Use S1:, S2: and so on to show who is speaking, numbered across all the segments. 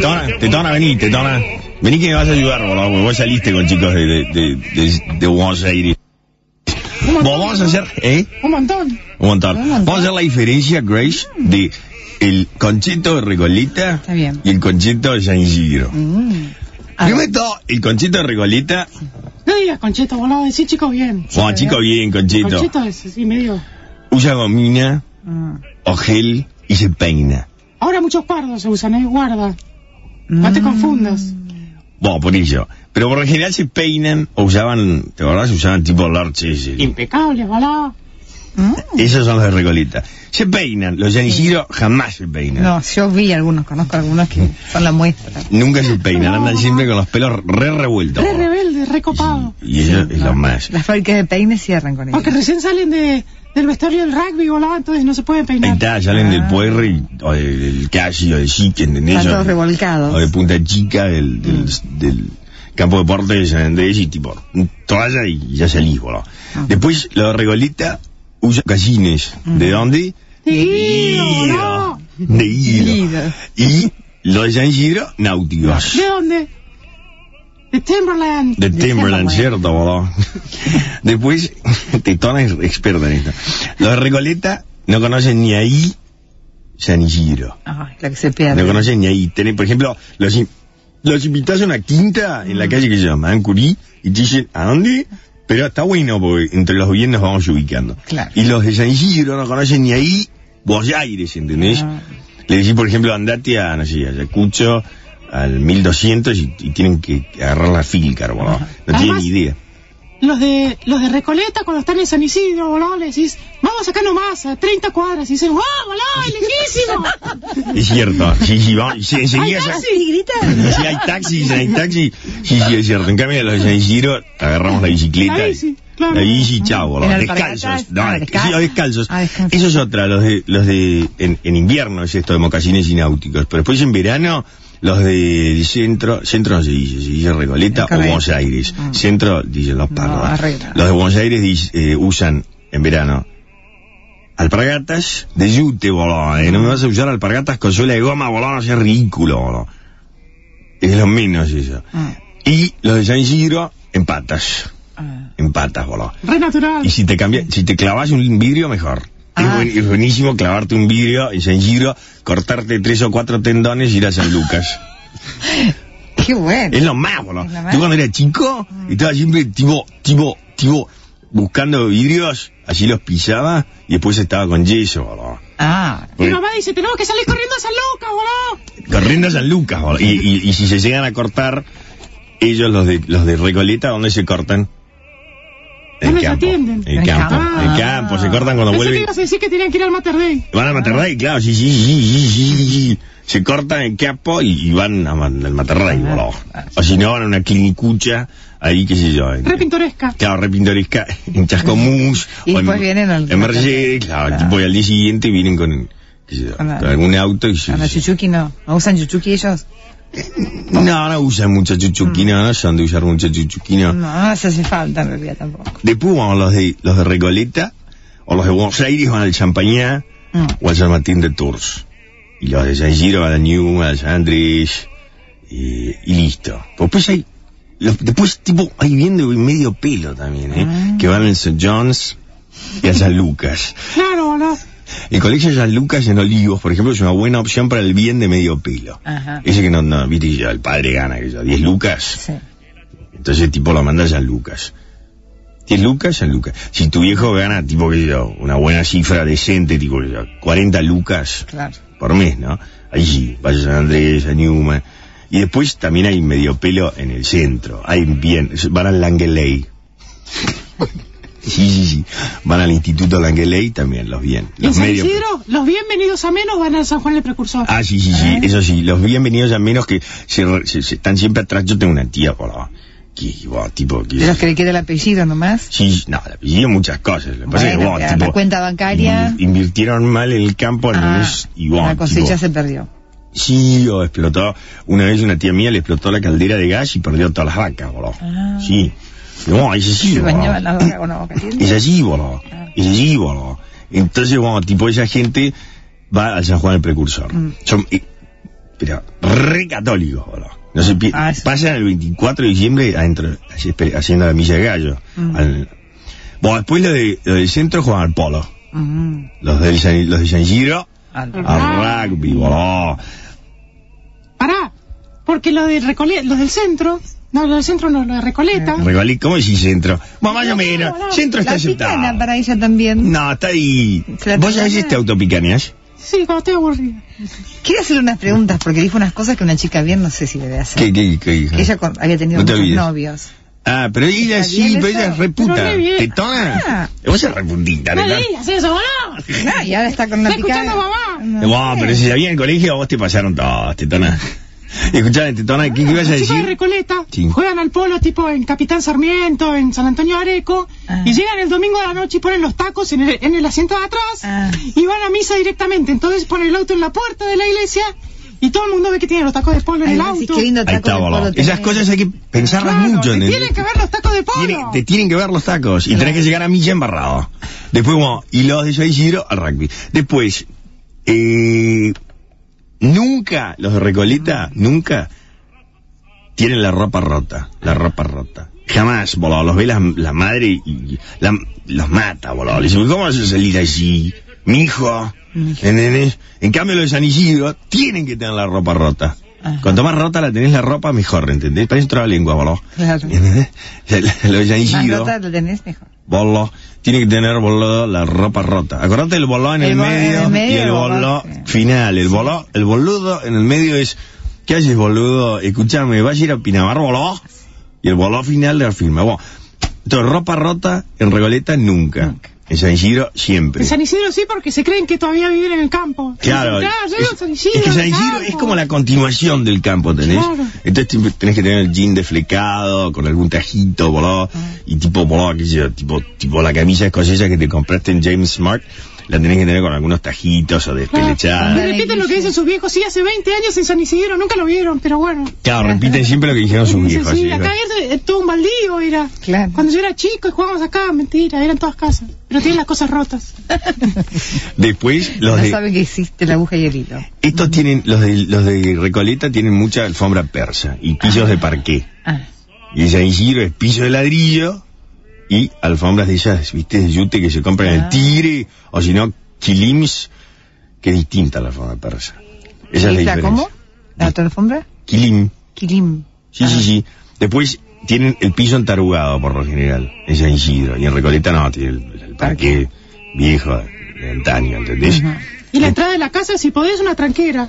S1: Tona, te tona, vení, te tona. Vení que me vas a ayudar, boludo. porque Vos saliste con chicos de, de, de, de, de Buenos Aires. Vos vamos a hacer, ¿eh?
S2: Un montón.
S1: Un montón. Vamos a hacer la diferencia, Grace, de el conchito de Recoleta
S2: Está bien.
S1: y el conchito de San Isidro.
S2: Mm. A ver,
S1: Primero de todo, el conchito de Recoleta.
S2: No digas conchito, vos lo decís chico bien.
S1: Bueno, chico, bien, conchito.
S2: Conchito es así medio.
S1: Usa gomina
S3: Mm.
S2: Ah.
S1: o gel y se peina.
S2: Ahora muchos pardos se usan, ¿eh? Guarda. No te confundas.
S1: Mm. Bueno, por ello. Pero por lo general se peinan o usaban, ¿te acordás? Usaban tipo larches. eh,
S2: Impecable, ojalá.
S3: Mm.
S1: Mm. Esos son los de Recoleta. Se peinan. Los yaniciros jamás se peinan.
S3: No, yo vi algunos, conozco algunos que son la muestra.
S1: Nunca se peinan. Andan siempre con los pelos re revueltos.
S2: Re rebelde, re copado.
S1: Y eso es lo más.
S3: Las fábricas de peines cierran con
S2: Porque
S3: ellos.
S2: recién salen de, del vestuario del rugby, volá, entonces no se puede
S1: Ahí
S2: peinar.
S1: está, salen del puerre o del, del Cashi o del Chique, ¿entendés?
S3: Ah. Están todos Mm.
S1: O de-
S3: revolcados.
S1: O de Punta Chica, del, del, del campo de deporte de San Andrés y tipo, toalla y ya salís, boludo.
S3: Ah.
S1: Después, lo de Regoleta usa casines.
S3: Mm.
S1: ¿De dónde?
S2: Ido,
S1: Ido.
S2: boludo.
S1: De Ido.
S3: Ido.
S1: Y lo de San Isidro, náuticos.
S2: ¿De dónde? De Timberland.
S1: De Timberland, cierto, boludo. Después, Tetona es experta en esto. Los de Recoleta no conocen ni ahí San Isidro.
S3: Ay, la que se
S1: No
S3: pierde.
S1: conocen ni ahí. Tenés, por ejemplo, los, in- los invitás a una quinta en la calle que se llama Ancurí y te dicen, ¿a dónde? Pero está bueno porque entre los bien nos vamos ubicando.
S3: Claro.
S1: Y los de San Isidro no conocen ni ahí Buenos Aires, ¿entendés?
S3: Ah.
S1: Le decís, por ejemplo, andate a, no sé, a Ayacucho, al 1200 y, y tienen que agarrar la filcar, boludo. No tienen
S2: Además-
S1: ni idea.
S2: Los de, los de Recoleta, cuando están en San Isidro, boludo, le decís, vamos acá nomás, a 30 cuadras. Y dicen, ¡wow, boludo, es lejísimo!
S1: Es cierto. Sí, sí, vamos. Sí, enseguida
S2: Ay,
S1: ya-
S2: casi.
S3: Sí, gritan.
S1: Si hay taxi, si hay taxi, sí, sí, es cierto. En cambio, los de San Isidro agarramos la bicicleta.
S2: La
S1: y-
S2: bici, claro.
S1: La bici, chao, boludo.
S3: En alpargatas,
S1: Descalzos. No,
S3: ah,
S1: es-
S3: descalzos.
S1: sí, o descalzos.
S3: Ah, descalzos.
S1: Eso es otra, los de, los de, en, en invierno es esto de mocasines y náuticos. Pero después en verano, los del centro, centro no se dice, se dice Recoleta o
S3: Correcto.
S1: Buenos Aires.
S3: Mm.
S1: Centro dicen los
S3: No,
S1: pardos.
S3: arriba.
S1: los de Buenos Aires dis- eh, usan en verano alpargatas de yute, boludo. Eh, No me vas a usar alpargatas con suela de goma, boludo, no seas ridículo, boludo. Es lo menos eso.
S3: Ah,
S1: Y los de San Isidro, en patas.
S3: ah.
S1: En patas, boludo.
S2: Re natural.
S1: Y si te cambia, si te clavas un vidrio, mejor. Es,
S3: Ah.
S1: buen- es buenísimo clavarte un vidrio en San Isidro, cortarte tres o cuatro tendones y ir a San Lucas.
S3: Qué bueno.
S1: Es lo más, boludo.
S3: Es lo más.
S1: Yo cuando era chico, estaba siempre tipo, tipo, tipo, buscando vidrios, allí los pisaba y después estaba con yeso, boludo.
S3: Ah,
S2: Mi mamá dice, tenemos que salir corriendo a San Lucas, boludo.
S1: Corriendo a San Lucas, boludo. Y, y- y si se llegan a cortar, ellos los de, los de Recoleta, ¿dónde se cortan?
S2: ¿Dónde se atienden?
S1: En
S3: En
S1: campo.
S3: campo.
S1: En campo. Se cortan cuando
S2: Pensé que
S1: vuelven.
S2: ibas a decir que tenían que ir al Mater Day.
S1: Van a Materrey, claro, sí, sí, sí, sí, sí, sí, sí. Se cortan en campo y, y van a ma- al Materrey, boludo. O si no, van a una clinicucha, ahí, qué sé yo. en-
S2: Re pintoresca.
S1: Claro, re pintoresca, en Chascomús.
S3: Y
S1: o
S3: después
S1: en,
S3: vienen al-
S1: En Mercedes, claro,
S3: Claro.
S1: tipo, y al día siguiente vienen con, qué sé yo,
S3: Con la-
S1: con algún auto y se-
S3: a la
S1: se-
S3: chuchuki no. ¿No usan chuchuki ellos?
S1: No, no usan mucha chuchuquina,
S3: Mm.
S1: no son de usar mucha chuchuquina.
S3: No, no les hace falta en realidad tampoco.
S1: Después vamos los de, los de Recoleta, o los de Buenos Aires van al Champañá,
S3: Mm.
S1: o al San Martín de Tours. Y los de San Isidro van al New, al San Andrés, y, y listo. Después hay, los- después tipo, hay bien de medio pelo también, ¿eh? Que van al St. John's y al San Lucas.
S2: Claro, boludo.
S1: El colegio San Lucas en Olivos, por ejemplo, es una buena opción para el bien de medio pelo.
S3: Ajá.
S1: Ese que no, no, viste, ya el padre gana, que ya 10 lucas.
S3: Sí.
S1: Entonces, tipo, lo manda a San Lucas. ¿10 lucas? San Lucas. Si tu viejo gana, tipo, que yo, una buena cifra decente, tipo, qué sé yo, 40 lucas
S3: Claro.
S1: por mes, ¿no? Ahí sí, vaya a San Andrés, a Newman. Y después también hay medio pelo en el centro. Hay bien, van al Langeley. sí, sí, sí. Van al Instituto Langeley también, los bien.
S2: En
S1: Los
S2: San
S1: medio-
S2: Isidro, los bienvenidos a menos van al San Juan el Precursor.
S1: Ah, sí, sí, sí, eso sí, los bienvenidos a menos que se, re- se- se están siempre atrás. Yo tengo una tía, por la- que, bueno, tipo, que...
S3: De los que le queda el apellido nomás.
S1: Sí, no, le pidieron muchas cosas. Le pasa que,
S3: Bueno,
S1: bueno,
S3: la- la
S1: tipo,
S3: cuenta bancaria.
S1: invir- Invirtieron mal en el campo,
S3: Ah,
S1: ¿entendés? y bueno,
S3: la cosecha
S1: tipo,
S3: se perdió.
S1: Sí, o explotó. Una vez una tía mía le explotó la caldera de gas y perdió todas las vacas, boludo.
S3: Ah.
S1: Sí. No, es así,
S3: Se bañaban
S1: boludo.
S3: las vacas con agua caliente.
S1: Es así, boludo. Es así,
S3: Mm.
S1: boludo. Entonces, bueno, tipo, esa gente va al San Juan el Precursor. Son, eh, pero re católicos, boludo. No se pi-
S3: Ah, eso.
S1: pasan el 24 de diciembre adentro, así, espe- haciendo la misa de gallo.
S3: Mm.
S1: Al- Bueno, después los, de- los del centro juegan al polo.
S3: Mm.
S1: Los, del, San- los de San Isidro
S3: Algo.
S2: Ah.
S1: al rugby, boludo.
S2: Pará, porque los, de Recole- los del centro, no, los del centro no, los de Recoleta.
S1: Regalí, ¿cómo decís centro? Bueno, más o
S2: No,
S1: menos.
S2: no, no.
S1: Centro está
S3: La picana
S1: aceptado.
S3: para ella también.
S1: No, está ahí.
S3: Se la
S1: ¿Vos sabés
S3: picana.
S1: este autopicaneas?
S2: Sí, cuando estoy aburrida.
S3: Quiero hacerle unas preguntas porque dijo unas cosas que una chica bien no sé si debe hacer.
S1: ¿Qué, qué, qué dijo?
S3: Que Ella con- había tenido
S1: No te
S3: muchos
S1: olvides.
S3: novios.
S1: Ah, pero ella
S3: ¿Está
S1: sí,
S3: bien
S1: pero
S3: eso?
S1: ella es reputa.
S2: Pero re bien.
S1: ¿Tetona?
S3: Ah.
S1: Vos sos reputita,
S2: No le
S1: tetona.
S2: digas eso, boludo.
S3: No, y ahora está con una
S2: Está
S3: picada.
S2: escuchando a mamá.
S3: No
S1: Eh, Bueno,
S3: sé.
S1: pero si sabía en el colegio, a vos te pasaron todos, tetona. Escuchame, tetona, ¿qué, qué ibas a
S2: Los chicos de
S1: decir?
S2: Recoleta
S1: Sí.
S2: juegan al polo tipo en Capitán Sarmiento, en San Antonio Areco,
S3: Ah.
S2: y llegan el domingo de la noche y ponen los tacos en el, en el asiento de atrás
S3: Ah.
S2: y van a misa directamente. Entonces ponen el auto en la puerta de la iglesia y todo el mundo ve que tiene los tacos de polo en
S3: Ay,
S2: el
S3: vos decís,
S2: auto.
S3: qué lindo
S1: Ahí
S3: taco
S1: está,
S3: de polo
S1: boludo.
S3: tenés.
S1: Esas cosas hay que pensarlas
S2: Claro,
S1: mucho.
S2: te
S1: ¿entendés?
S2: tienen que ver los tacos de polo.
S1: Tiene- te tienen que ver los tacos y tenés que llegar a milla embarrado. Después, bueno, y los de San Isidro al rugby. Después, eh, nunca, los de Recoleta, nunca tienen la ropa rota. La ropa rota. Jamás, boludo. Los ve la, la madre y- y la- los mata, boludo. Le dice, ¿cómo vas a salir así? Mi hijo. ¿Entendés? En cambio, los de San Isidro tienen que tener la ropa rota.
S3: Ajá.
S1: Cuanto más rota la tenés la ropa, mejor, ¿entendés? Parece otra lengua, boludo.
S3: Claro.
S1: ¿Entendés? Lo de San
S3: Más
S1: Isidro,
S3: nota la tenés mejor.
S1: bolo, tiene que tener boludo la ropa rota. Acordate del boló en el,
S3: El bo- en el
S1: medio, y
S3: medio,
S1: el boló
S3: bolón, sí.
S1: final. El boló, el boludo en el medio es, ¿qué haces boludo? Escuchame, vas a ir a Pinamar, boló. Y el boló final del filme. Bueno, entonces ropa rota en Regoleta nunca.
S3: Nunca.
S1: En San Isidro siempre.
S2: En San Isidro sí, porque se creen que todavía viven en el campo.
S1: Claro,
S2: Dicen, "Claro, yo vivo en
S1: es,
S2: San Isidro,
S1: es que San
S2: en el
S1: Isidro
S2: campo".
S1: es como la continuación del campo, ¿tenés?
S2: Claro.
S1: Entonces siempre tenés que tener el jean desflecado, con algún tajito, boludo, y tipo, boludo, qué sé yo, tipo, tipo la camisa escocesa que te compraste en James Smart, la tenés que tener con algunos tajitos o
S2: Claro.
S1: despelechada.
S2: Y repiten lo que dicen sus viejos. Sí, hace 20 años en San Isidro, nunca lo vieron, pero bueno.
S1: Claro, repiten siempre lo que dijeron sus
S2: Dice,
S1: viejos.
S2: sí,
S1: así,
S2: la
S1: ¿no?
S2: calle era eh, todo un baldío era.
S3: Claro.
S2: Cuando yo era chico y jugábamos acá, mentira, eran todas casas. Pero tienen las cosas rotas.
S1: Después, los
S3: no
S1: de,
S3: saben que existe la aguja y el hilo.
S1: estos tienen, los de, los de Recoleta tienen mucha alfombra persa y pisos de parqué.
S3: Ah,
S1: Y San Isidro es piso de ladrillo y alfombras de esas, viste, de yute que se compran en el
S3: Ah.
S1: Tigre o si no, Kilims, que es distinta a la alfombra persa. Esa es la
S3: ¿Isla
S1: diferencia.
S3: cómo? ¿La otra alfombra?
S1: Kilim.
S3: Kilim.
S1: Sí, sí, sí. Después tienen el piso entarugado por lo general en San Isidro. Y en Recoleta no, tiene el, el parque viejo de antaño, ¿entendés?
S3: Ajá.
S2: Y la entrada de la casa, si podés, una tranquera.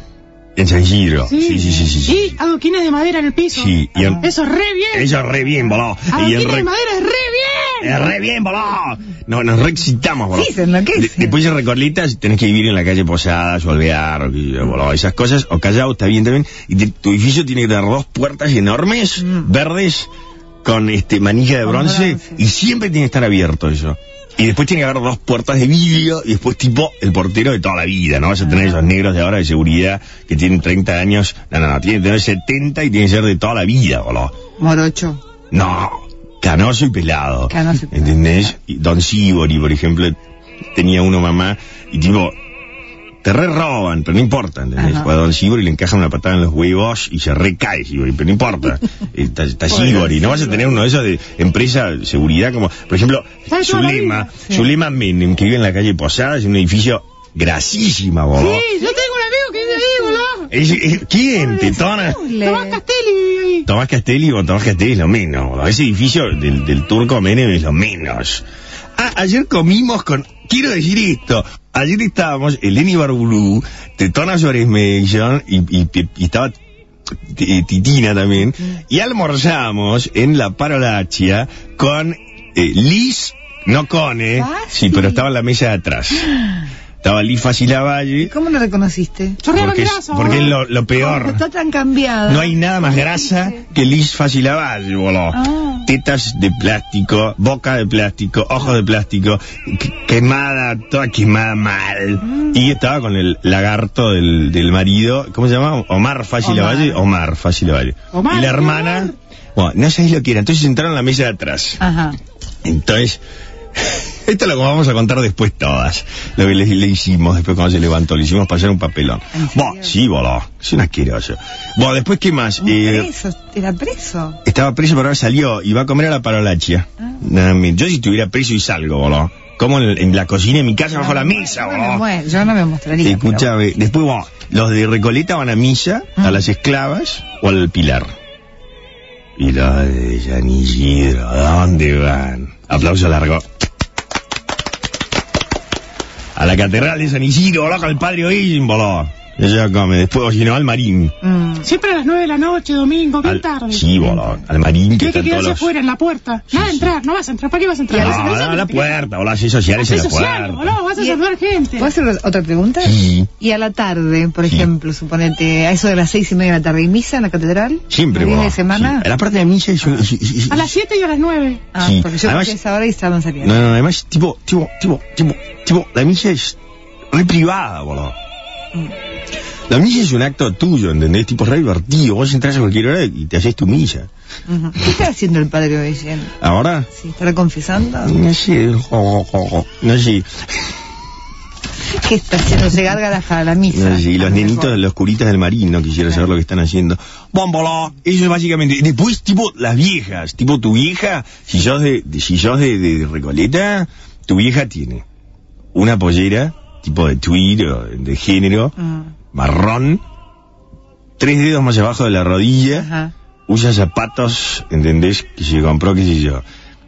S1: En San Isidro.
S2: Sí,
S1: Sí, sí, sí, sí. sí.
S2: Y adoquines de madera en el piso.
S1: Sí, y en-
S2: Eso es Ah, re bien.
S1: Eso es re bien, boludo. Y en
S2: Adoquines
S1: Re-
S2: de madera es re bien.
S1: Es re bien, boludo. No, nos re excitamos, boludo.
S3: Sí, se enloquece.
S1: De- después de Recoleta tenés que vivir en la calle Posadas o Alvear o qué sé yo, boludo. Esas cosas. O Callao está bien también. Y te- tu edificio tiene que tener dos puertas enormes,
S3: Mm.
S1: verdes, con este manija de
S3: Con
S1: bronce,
S3: bronce.
S1: Y siempre tiene que estar abierto eso. Y después tiene que haber dos puertas de vidrio y después tipo el portero de toda la vida, ¿no? Vas a tener
S3: Ah.
S1: esos negros de ahora de seguridad que tienen 30 años. No, no, no, tiene que tener 70 y tiene que ser de toda la vida, boludo.
S3: Morocho.
S1: No, canoso y pelado.
S3: Canoso y pelado.
S1: ¿Entendés? Y Don Sibori, por ejemplo, tenía uno mamá y tipo, te re roban, pero no importa, ¿entendés?
S3: Ajá.
S1: Fue a Don Sibori le encajan una patada en los huevos y se recae Sibori, pero no importa. está está
S3: Pobre
S1: Sibori, no vas a tener uno de esos de empresa de seguridad como, por ejemplo,
S2: Está de toda la
S1: Zulema,
S2: vida.
S3: Sí.
S1: Zulema Menem, que vive en la calle Posadas, en un edificio grasísima, boludo.
S2: Sí, yo tengo un amigo que vive ahí, boludo.
S1: Es- es- ¿Quién? Tetona.
S2: Tomás Castelli vive ahí.
S1: Tomás Castelli o Tomás Castelli es lo menos. boludo. Ese edificio del, del turco Menem es lo menos. Ah, ayer comimos con... Quiero decir esto. Ayer estábamos, Eleni Barbulú, Tetona Suárez Medellín y, y- y- y estaba eh, Titina también. Y almorzamos en la Parolachia con eh, Liz, no Cone.
S3: Fácil.
S1: Sí, pero estaba en la mesa de atrás. Estaba Liz Facilavalle.
S3: ¿Cómo lo reconociste?
S2: Chorreaba
S1: Porque es,
S2: grasa,
S1: porque es
S2: boludo.
S1: lo, lo
S3: Porque
S1: peor.
S3: Está tan cambiada.
S1: No hay nada más grasa que Liz Facilavalle, boludo.
S3: Ah.
S1: Tetas de plástico, boca de plástico, ojos de plástico, que- quemada, toda quemada mal. Y estaba con el lagarto del, del marido, ¿cómo se llama? Omar Facilavalle. Omar, Facilavalle.
S2: Omar,
S1: y la
S2: qué
S1: hermana,
S2: horror.
S1: bueno, no sabéis lo que era. Entonces entraron a la mesa de atrás.
S3: Ajá.
S1: Entonces, Esto lo vamos a contar después todas. Lo que le, le hicimos después cuando se levantó. Le hicimos pasar un papelón.
S3: ¿En
S1: Buah,
S3: serio?
S1: sí, boludo. Es un asqueroso. Buah, después, ¿qué más?
S3: Un
S1: Eh,
S3: preso, era preso.
S1: estaba preso, pero ahora salió y va a comer a la parolachia.
S3: Ah.
S1: Nada, mi- yo si estuviera preso y salgo, boludo. Como en, en la cocina de mi casa bajo la
S3: Yo no
S1: mesa,
S3: me
S1: boludo.
S3: muero, Yo no me mostraría. pero
S1: Escuchame, después vos, los de Recoleta van a misa, a
S3: Mm.
S1: las esclavas o al Pilar. Y los de San Isidro, ¿a dónde van? Aplauso largo. A la catedral de San Isidro, loco, al padre Oín, boludo. Ella come, después o si no, al marín.
S3: bueno. Mm.
S2: Siempre a las 9 de la noche, domingo, bien
S1: Al-
S2: tarde.
S1: sí, boludo, al marín que
S2: Tienes que
S1: están todos
S2: quedarse
S1: los... Ah,
S2: afuera, en la puerta. Nada, de entrar, no vas a entrar. ¿Para qué vas a
S1: No,
S2: entrar? Vas a
S1: no,
S2: entrar
S1: a la
S2: solamente.
S1: puerta, o las redes sociales en
S2: Vas
S1: la
S2: a social,
S1: puerta.
S2: boludo, vas a
S3: Y-
S2: saludar gente.
S3: ¿Puedo hacer otra pregunta?
S1: Sí.
S3: Y a la tarde, por
S1: Sí.
S3: ejemplo, suponete, a eso de las seis y media de la tarde, ¿y misa en la catedral?
S1: Siempre,
S3: ¿Los días
S1: boludo.
S3: de semana?
S1: Sí. La parte de misa es... un-
S2: A las 7 y a las 9.
S3: Ah,
S1: Sí.
S3: porque yo
S1: Además-
S3: pensé esa hora y estaban saliendo.
S1: No, no, además, tipo, tipo, tipo, tipo, tipo, la misa es re privada, boludo. La misa es un acto tuyo, ¿entendés? Tipo, re divertido. Vos entras a cualquier hora y te haces tu misa.
S3: Ujú. ¿Qué está haciendo el padre Oveyen?
S1: ¿Ahora?
S3: ¿Sí? ¿Estará confesando?
S1: No sé, jo, jo, jo, jo. no sé,
S3: ¿Qué está haciendo? Se gargaras a la misa.
S1: no sé. Y
S3: A
S1: los
S3: lo
S1: nenitos,
S3: mejor.
S1: los curitas del marín, no quisiera saber lo que están haciendo. Bómbolo, eso es básicamente. Y Después, tipo, las viejas, tipo, tu vieja, si sos de, de- si sos de, de- de Recoleta, tu vieja tiene una pollera, tipo de tweed o de género,
S3: Mm,
S1: marrón, tres dedos más abajo de la rodilla,
S3: Ajá.
S1: usa zapatos, ¿entendés? Que se compró, qué sé yo,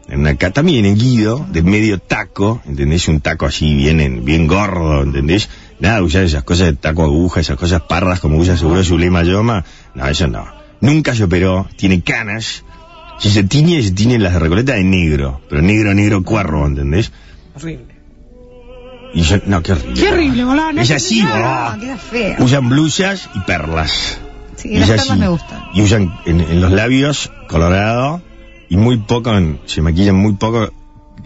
S1: en una ca- también en Guido, de medio taco, ¿entendés? Un taco así bien, en- bien gordo, ¿entendés? Nada, usar esas cosas de taco aguja, esas cosas parras como usa seguro su lema yoma, no, eso no. Nunca se operó, tiene canas, si se tiñe, se tiñe las de Recoleta de negro, pero negro, negro, cuervo, ¿entendés?
S3: Horrible.
S1: Y yo, no, qué horrible.
S2: Qué horrible, boludo, no
S1: es
S2: entendí
S1: así,
S3: No,
S1: boludo.
S3: queda feo.
S1: Usan blusas y perlas.
S3: Sí,
S1: Y
S3: las
S1: ya
S3: perlas
S1: sí.
S3: me gustan.
S1: Y usan en, en los labios colorado y muy poco, en- se maquillan muy poco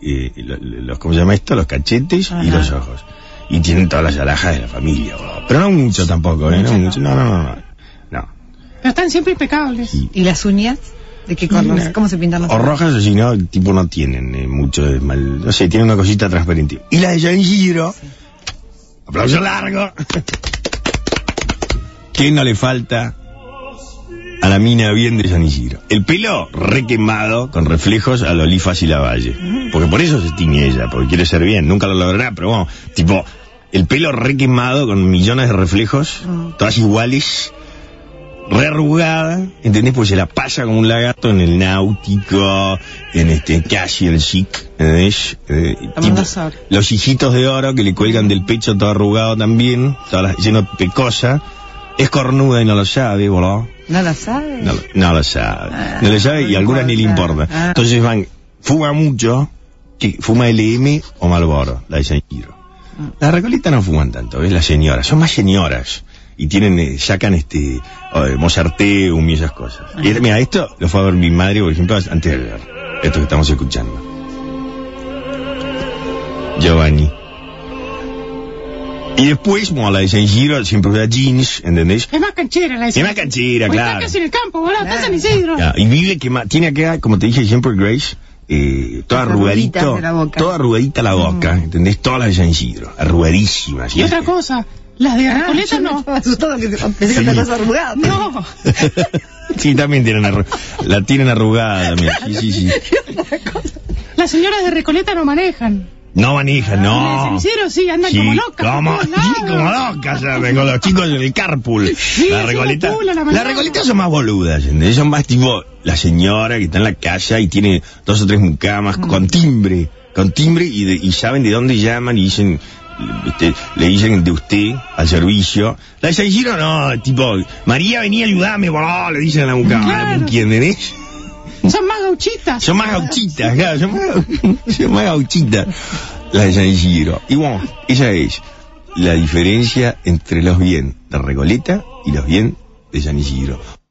S1: eh, lo- lo- los, ¿cómo se llama esto? Los cachetes y
S3: Ajá.
S1: los ojos. Y tienen todas las alhajas de la familia, boludo. Pero no mucho tampoco, ¿eh? No
S3: Mucho no.
S1: mucho, no, no, no. no. No.
S2: Pero están siempre impecables.
S1: Sí.
S3: ¿Y las uñas? ¿De qué color?
S1: Una-
S3: ¿Cómo se pintan las
S1: O rojas o si no, tipo no tienen eh, mucho de mal. No sé, tienen una cosita transparente. Y la de San Isidro. Aplauso largo. ¿Qué no le falta a la mina bien de San Isidro? El pelo requemado con reflejos a lo Lifas y la Valle. Porque por eso se tiñe ella, porque quiere ser bien. Nunca lo logrará, pero bueno, tipo, el pelo requemado con millones de reflejos,
S3: Mm.
S1: todas iguales re arrugada, ¿entendés? Pues se la pasa como un lagarto en el náutico, en este casi el chic, ¿entendés? Eh,
S3: Tomando sol.
S1: los hijitos de oro que le cuelgan del pecho todo arrugado también, todas las- lleno de pecosa. Es cornuda y no lo sabe, boludo.
S3: ¿No las sabes?
S1: No, lo- no lo sabe.
S3: Ah,
S1: no lo sabe y
S3: no
S1: algunas ni le
S3: importa.
S1: importa.
S3: Ah.
S1: Entonces van, fuma mucho, que fuma LM o Malboro, la de San Isidro.
S3: Ah.
S1: Las recoletas no fuman tanto, ¿ves? Las señoras, son más señoras. Y tienen, eh, sacan este, eh, Mozarteum y esas cosas. Y este- mira, esto lo fue a ver mi madre, por ejemplo, antes de ver esto que estamos escuchando. Giovanni. Y después, bueno, la de San Isidro siempre usa jeans, ¿entendés?
S2: Es más canchera la de
S1: Es más canchera,
S2: Porque
S1: claro.
S2: Está casi en el campo, boludo. Está en San
S3: Claro.
S2: Isidro.
S1: Ya, y vive que ma- tiene acá, como te dije siempre, Grace, eh, toda
S3: Las arruguitas
S1: arrugadito,
S3: de la boca. Mm.
S1: toda arrugadita la boca, ¿entendés? Todas las de San Isidro, arrugadísimas.
S2: Y otra
S1: es-
S2: cosa, las de Recoleta
S3: Ah, yo me
S2: no.
S3: estaba asustado que se- pensé que
S1: Sí.
S3: era cosa arrugada.
S2: No.
S1: sí, también tienen arru- la tienen arrugada también. Sí, sí, sí.
S2: Las señoras de Recoleta no manejan.
S1: No
S3: Ah,
S1: manija,
S2: Las de San
S1: no.
S2: Isidro sí, andan
S1: Sí,
S2: como locas.
S1: como,
S2: por todos
S1: sí,
S2: lados.
S1: como locas, ¿sabes? con los chicos en el carpool. la
S2: haciendo
S1: recoleta.
S2: pool a la
S1: Las
S2: mañana.
S1: recoletas son más boludas, ¿entendés? Son más tipo la señora que está en la casa y tiene dos o tres mucamas
S2: Mm.
S1: con timbre, con timbre y, de- y saben de dónde llaman y dicen, este, le dicen de usted al servicio. La de San Isidro no, tipo, María venía a ayudarme, boludo, le dicen a la mucama,
S2: Claro.
S1: ¿entienden?
S2: Son más gauchitas.
S1: Son más gauchitas, claro, son más, son más gauchitas las de San Isidro. Y bueno, esa es la diferencia entre los bien de Recoleta y los bien de San Isidro.